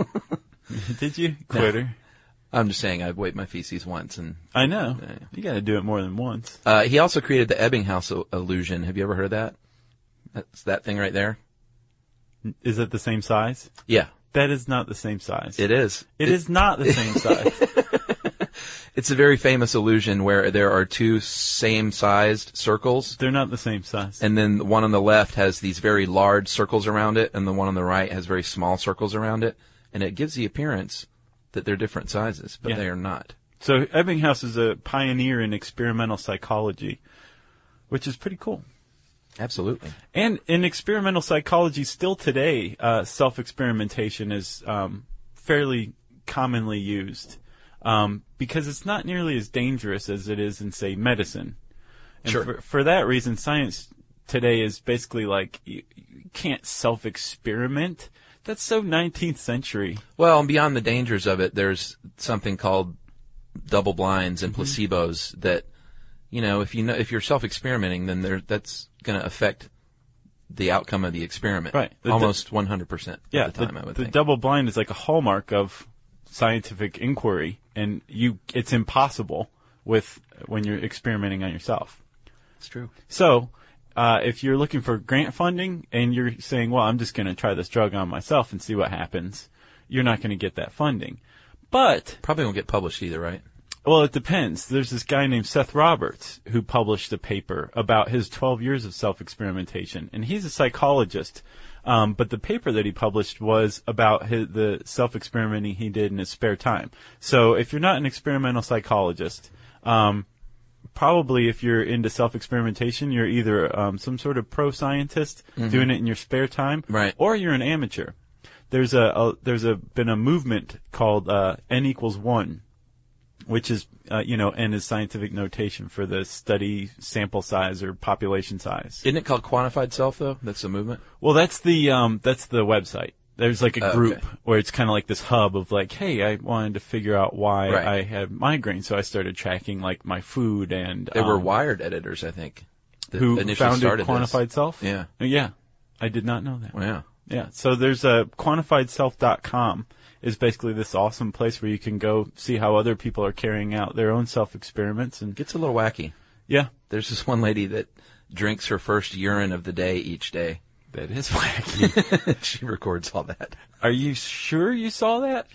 Speaker 5: Did you? Quitter.
Speaker 6: I'm just saying I weighed my feces once and,
Speaker 5: I know. You got to do it more than once.
Speaker 6: uh, he also created the Ebbinghaus il- illusion. Have you ever heard of that? That's that thing right there.
Speaker 5: Is it the same size?
Speaker 6: Yeah,
Speaker 5: That is not the same size.
Speaker 6: it is.
Speaker 5: it is not the same size.
Speaker 6: It's a very famous illusion where there are two same sized circles
Speaker 5: They're not the same size.
Speaker 6: and then the one on the left has these very large circles around it, and the one on the right has very small circles around it, and it gives the appearance that they're different sizes, but
Speaker 5: Yeah.
Speaker 6: they are not.
Speaker 5: So Ebbinghaus is a pioneer in experimental psychology, which is pretty cool.
Speaker 6: Absolutely.
Speaker 5: And in experimental psychology, still today, uh, self experimentation is um, fairly commonly used um, because it's not nearly as dangerous as it is in, say, medicine. And
Speaker 6: Sure.
Speaker 5: for, for that reason, science today is basically like you, you can't self experiment. That's so 19th century.
Speaker 6: Well, and beyond the dangers of it, there's something called double blinds
Speaker 5: Mm-hmm.
Speaker 6: and placebos that, you know, if you know if you're self experimenting, then there that's going to affect the outcome of the experiment.
Speaker 5: Right. The- the-
Speaker 6: Almost 100%
Speaker 5: yeah,
Speaker 6: of the time, I would think.
Speaker 5: double blind is like a hallmark of scientific inquiry, and you it's impossible with when you're experimenting on yourself.
Speaker 6: It's true.
Speaker 5: So, uh, if you're looking for grant funding and you're saying, well, I'm just going to try this drug on myself and see what happens, you're not going to get that funding. But,
Speaker 6: Probably won't get published either, right?
Speaker 5: well, it depends. There's this guy named Seth Roberts who published a paper about his 12 years of self experimentation, and he's a psychologist. Um, but the paper that he published was about his, the self experimenting he did in his spare time. So, if you're not an experimental psychologist, um, probably if you're into self experimentation, you're either um, some sort of pro scientist doing it in your spare time,
Speaker 6: Right.
Speaker 5: Or you're an amateur. There's a, a there's a been a movement called uh, N equals one, which is, uh, you know, N is scientific notation for the study sample size or population size.
Speaker 6: Isn't it called quantified self though? That's the movement.
Speaker 5: Well, that's the um, that's the website. There's like a
Speaker 6: Oh, Okay.
Speaker 5: group where it's kind of like this hub of like, hey, I wanted to figure out why
Speaker 6: Right.
Speaker 5: I had migraine, so I started tracking like my food and
Speaker 6: They were
Speaker 5: um,
Speaker 6: Wired editors, I think. that
Speaker 5: who
Speaker 6: initially
Speaker 5: founded
Speaker 6: started this.
Speaker 5: Quantified Self. Uh,
Speaker 6: Yeah.
Speaker 5: yeah, I did not know that.
Speaker 6: Wow.
Speaker 5: Yeah. So there's a quantifiedself.com is basically this awesome place where you can go see how other people are carrying out their own self experiments and
Speaker 6: Gets a little wacky.
Speaker 5: yeah,
Speaker 6: There's this one lady that drinks her first urine of the day each day.
Speaker 5: that is wacky.
Speaker 6: she records all that.
Speaker 5: are you sure you saw that?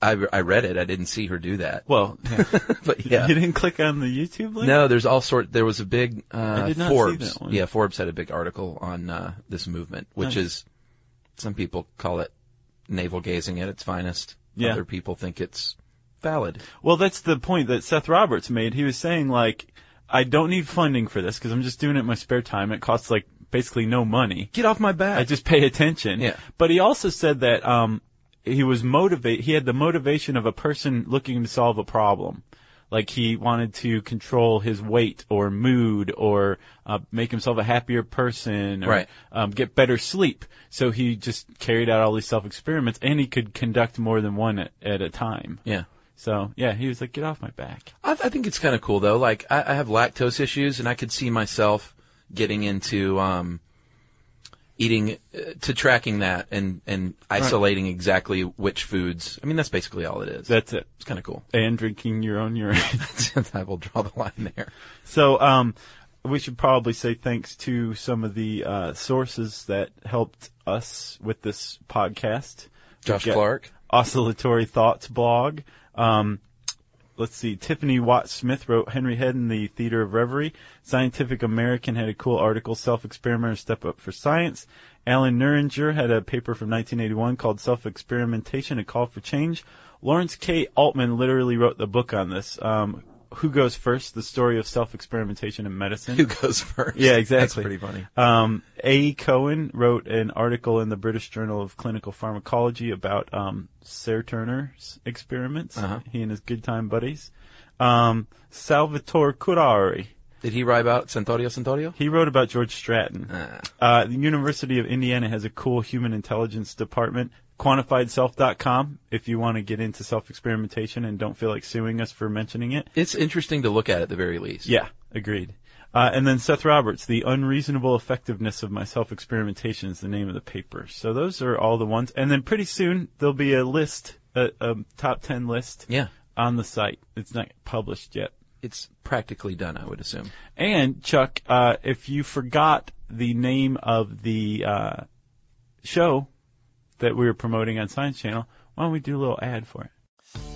Speaker 6: I, I read it. I didn't see her do that.
Speaker 5: Well, yeah.
Speaker 6: But yeah.
Speaker 5: you didn't click on the YouTube link.
Speaker 6: No, there's all sort. There was a big uh,
Speaker 5: I did not see
Speaker 6: Forbes.
Speaker 5: that one.
Speaker 6: Yeah, Forbes had a big article on uh, this movement, which
Speaker 5: Nice.
Speaker 6: is some people call it navel gazing at its finest.
Speaker 5: Yeah.
Speaker 6: Other people think it's valid.
Speaker 5: Well, that's the point that Seth Roberts made. He was saying like, I don't need funding for this because I'm just doing it in my spare time. It costs like basically no money.
Speaker 6: Get off my back.
Speaker 5: I just pay attention.
Speaker 6: Yeah.
Speaker 5: But he also said that um, he was motivate. He had the motivation of a person looking to solve a problem. Like he wanted to control his weight or mood or uh, make himself a happier person or
Speaker 6: Right.
Speaker 5: um, get better sleep. So he just carried out all these self experiments and he could conduct more than one at, at a time.
Speaker 6: yeah.
Speaker 5: So yeah, he was like, get off my back.
Speaker 6: I, I think it's kind of cool though. Like I, I have lactose issues, and I could see myself getting into um, eating uh, to tracking that and and isolating exactly which foods. I mean, that's basically all it is.
Speaker 5: That's it.
Speaker 6: it's kind of cool.
Speaker 5: And drinking your own urine.
Speaker 6: I will draw the line there.
Speaker 5: So, um, we should probably say thanks to some of the uh, sources that helped us with this podcast.
Speaker 6: Josh
Speaker 5: We've got
Speaker 6: Clark.
Speaker 5: Oscillatory Thoughts blog. Um, let's see, Tiffany Watt Smith wrote Henry Head in the Theater of Reverie. Scientific American had a cool article, Self Experimenter Step Up for Science. Alan Nuringer had a paper from 1981 called Self Experimentation, A Call for Change. Lawrence K. Altman literally wrote the book on this. Um, Who Goes First? The Story of Self Experimentation in Medicine.
Speaker 6: Who goes first?
Speaker 5: Yeah, exactly.
Speaker 6: That's pretty funny.
Speaker 5: Um, A. Cohen wrote an article in the British Journal of Clinical Pharmacology about um, Sarah Turner's experiments.
Speaker 6: Uh-huh.
Speaker 5: He and his good time buddies. Um, Salvatore Curari.
Speaker 6: Did he write about Santorio Santorio?
Speaker 5: He wrote about George Stratton. Uh, the University of Indiana has a cool human intelligence department. QuantifiedSelf.com if you want to get into self experimentation and don't feel like suing us for mentioning it.
Speaker 6: It's interesting to look at at the very least.
Speaker 5: Yeah, agreed. Uh, and then Seth Roberts, The Unreasonable Effectiveness of My Self Experimentation is the name of the paper. So those are all the ones. And then pretty soon there'll be a list, a, a top 10 list
Speaker 6: Yeah.
Speaker 5: on the site. It's not published yet.
Speaker 6: It's practically done, I would assume.
Speaker 5: And Chuck, uh, if you forgot the name of the uh, show that we were promoting on Science Channel, why don't we do a little ad for it?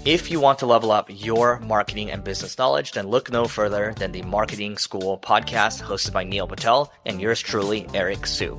Speaker 7: If you want to level up your marketing and business knowledge, then look no further than the Marketing School podcast hosted by Neil Patel and yours truly, Eric Sue.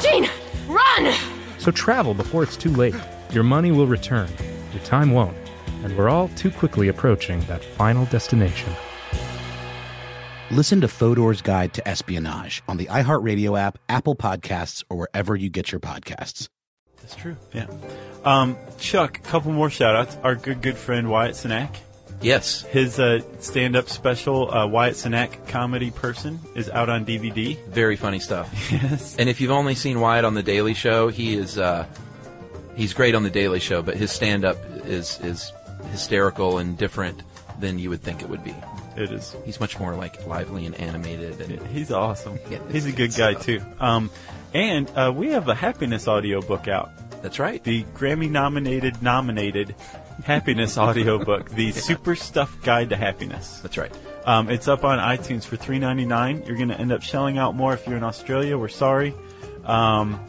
Speaker 9: Gene, run!
Speaker 10: So travel before it's too late. Your money will return, your time won't, and we're all too quickly approaching that final destination.
Speaker 11: Listen to Fodor's Guide to Espionage on the iHeartRadio app, Apple Podcasts, or wherever you get your podcasts.
Speaker 5: That's true. Yeah. Um, Chuck, a couple more shout outs. Our good, good friend Wyatt Sinak.
Speaker 6: Yes.
Speaker 5: His uh, stand up special, uh, Wyatt Sinak Comedy Person, is out on DVD.
Speaker 6: Very funny stuff. Yes. And if you've only seen Wyatt on The Daily Show, he is uh, he's great on The Daily Show, but his stand up is is hysterical and different than you would think it would be.
Speaker 5: It is.
Speaker 6: He's much more like lively and animated, and
Speaker 5: He's awesome.
Speaker 6: Yeah,
Speaker 5: He's a
Speaker 6: it's
Speaker 5: good
Speaker 6: good
Speaker 5: guy,
Speaker 6: stuff.
Speaker 5: too. Um, and uh, we have a happiness audiobook out.
Speaker 6: That's right.
Speaker 5: The Grammy nominated, nominated happiness audiobook, The Super Stuff Guide to Happiness.
Speaker 6: That's right.
Speaker 5: Um, it's up on iTunes for three ninety nine. You're going to end up shelling out more if you're in Australia. We're sorry. Um,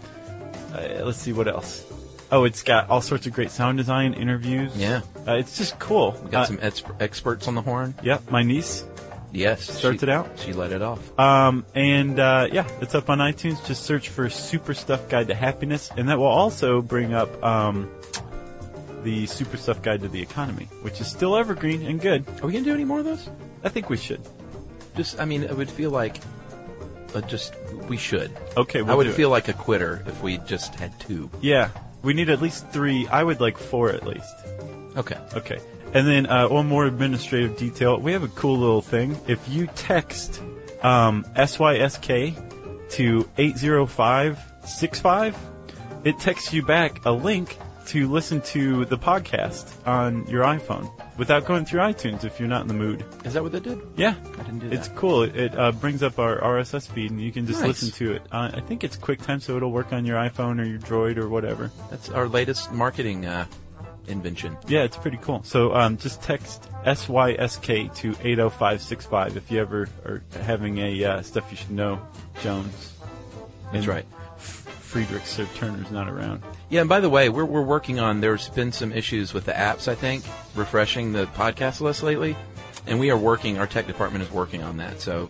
Speaker 5: uh, let's see what else. Oh, it's got all sorts of great sound design interviews.
Speaker 6: Yeah.
Speaker 5: uh, it's just cool.
Speaker 6: we got
Speaker 5: Uh,
Speaker 6: some ex- experts on the horn.
Speaker 5: Yep, my niece.
Speaker 6: Yes,
Speaker 5: starts
Speaker 6: she-
Speaker 5: it out.
Speaker 6: She let it off.
Speaker 5: Um, and uh, yeah, it's up on iTunes. Just search for Super Stuff Guide to Happiness, and that will also bring up um, the Super Stuff Guide to the Economy, which is still evergreen and good.
Speaker 6: Are we gonna do any more of those?
Speaker 5: I think we should.
Speaker 6: Just, I mean, it would feel like, but just we should.
Speaker 5: Okay, we'll
Speaker 6: I would
Speaker 5: do it.
Speaker 6: feel like a quitter if we just had two.
Speaker 5: Yeah, we need at least three. I would like four at least.
Speaker 6: Okay.
Speaker 5: Okay. And then uh, one more administrative detail. We have a cool little thing. If you text um, SYSK to 80565, it texts you back a link to listen to the podcast on your iPhone without going through iTunes if you're not in the mood.
Speaker 6: Is that what they did?
Speaker 5: Yeah.
Speaker 6: I didn't do
Speaker 5: It's
Speaker 6: that.
Speaker 5: cool. It, it uh, brings up our RSS feed and you can just
Speaker 6: Nice.
Speaker 5: listen to it. Uh, I think it's QuickTime, so it'll work on your iPhone or your Droid or whatever.
Speaker 6: That's our latest marketing uh, invention.
Speaker 5: Yeah, it's pretty cool. So um, just text SYSK to 80565 if you ever are having a uh, stuff you should know, Jones.
Speaker 6: That's right.
Speaker 5: F- Friedrich Sir Turner's not around.
Speaker 6: Yeah, and by the way, we're, we're working on. There's been some issues with the apps. I think refreshing the podcast list lately, and we are working. Our tech department is working on that. So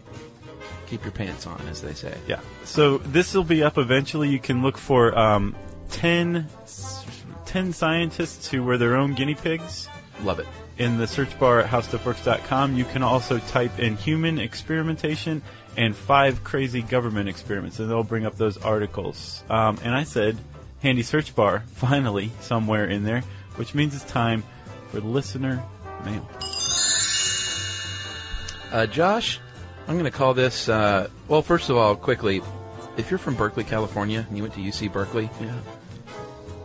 Speaker 6: keep your pants on, as they say.
Speaker 5: Yeah. So this will be up eventually. You can look for um, 10, s- 10 scientists who were their own guinea pigs.
Speaker 6: Love it.
Speaker 5: In the search bar at howstuffworks.com, you can also type in human experimentation and five crazy government experiments, and they'll bring up those articles. Um, and I said, handy search bar, finally, somewhere in there, which means it's time for listener mail.
Speaker 6: Uh, Josh, I'm going to call this. Uh, well, first of all, quickly, if you're from Berkeley, California, and you went to UC Berkeley,
Speaker 5: yeah.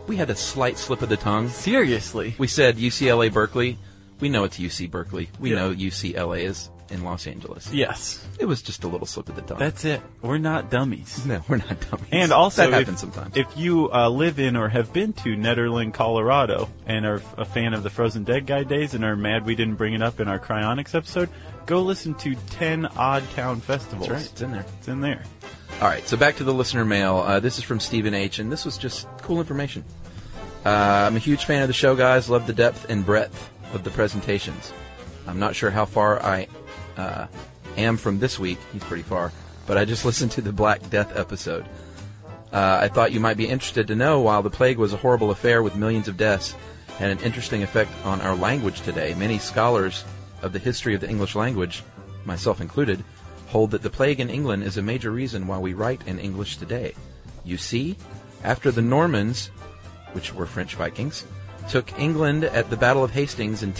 Speaker 6: we had a slight slip of the tongue.
Speaker 5: Seriously,
Speaker 6: we said UCLA Berkeley. We know it's UC Berkeley. We
Speaker 5: Yeah.
Speaker 6: know UCLA is in Los Angeles.
Speaker 5: Yes.
Speaker 6: it was just a little slip of the tongue.
Speaker 5: That's it. We're not dummies.
Speaker 6: No, we're not dummies.
Speaker 5: And also,
Speaker 6: that happens
Speaker 5: if,
Speaker 6: sometimes.
Speaker 5: If you uh, live in or have been to Netherland, Colorado, and are f- a fan of the Frozen Dead Guy days and are mad we didn't bring it up in our Cryonics episode, go listen to 10 Odd Town Festivals.
Speaker 6: That's right. It's in there.
Speaker 5: It's in there.
Speaker 6: All right, so back to the listener mail. Uh, this is from Stephen H., and this was just cool information. Uh, I'm a huge fan of the show, guys. Love the depth and breadth of the presentations. I'm not sure how far I uh, am from this week. He's pretty far, but I just listened to the Black Death episode. Uh, I thought you might be interested to know while the plague was a horrible affair with millions of deaths, had an interesting effect on our language today. Many scholars of the history of the English language, myself included, hold that the plague in England is a major reason why we write in English today. You see, after the Normans, which were French Vikings, took England at the Battle of Hastings in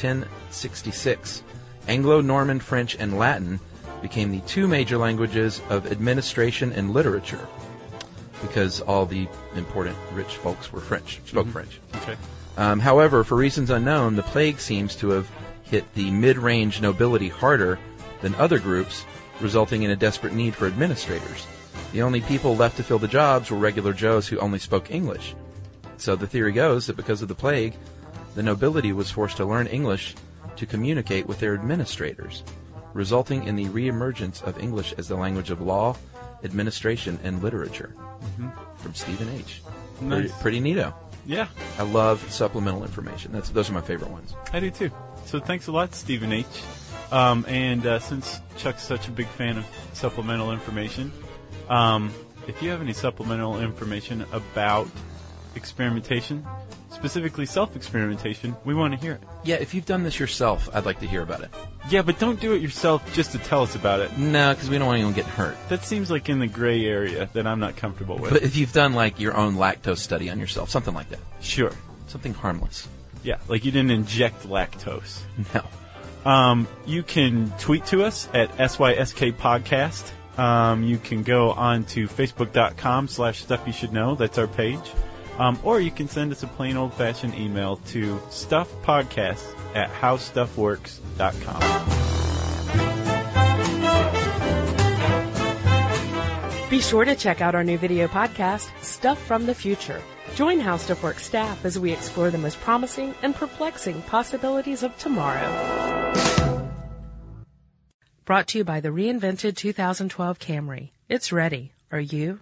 Speaker 6: 1066, Anglo Norman French and Latin became the two major languages of administration and literature because all the important rich folks were French, spoke French.
Speaker 5: Okay.
Speaker 6: Um, however, for reasons unknown, the plague seems to have hit the mid range nobility harder than other groups, resulting in a desperate need for administrators. The only people left to fill the jobs were regular Joes who only spoke English. So the theory goes that because of the plague, the nobility was forced to learn English to communicate with their administrators, resulting in the reemergence of English as the language of law, administration, and literature. From Stephen H.
Speaker 5: Nice.
Speaker 6: Pretty, pretty neato.
Speaker 5: Yeah,
Speaker 6: I love supplemental information. That's those are my favorite ones.
Speaker 5: I do too. So thanks a lot, Stephen H. Um, and uh, since Chuck's such a big fan of supplemental information, um, if you have any supplemental information about experimentation, specifically self experimentation, we want to hear it.
Speaker 6: Yeah, if you've done this yourself, I'd like to hear about it.
Speaker 5: Yeah, but don't do it yourself just to tell us about it.
Speaker 6: No, because we don't want anyone getting hurt.
Speaker 5: That seems like in the gray area that I'm not comfortable with.
Speaker 6: But if you've done like your own lactose study on yourself, something like that,
Speaker 5: sure.
Speaker 6: something harmless.
Speaker 5: Yeah, like you didn't inject lactose.
Speaker 6: No.
Speaker 5: Um, you can tweet to us at SYSK Podcast. Um, you can go on to facebook.com slash stuff you should know. That's our page. Um, or you can send us a plain old fashioned email to stuffpodcast at howstuffworks.com.
Speaker 2: Be sure to check out our new video podcast, Stuff from the Future. Join How Stuff Works staff as we explore the most promising and perplexing possibilities of tomorrow. Brought to you by the reinvented 2012 Camry. It's ready. Are you?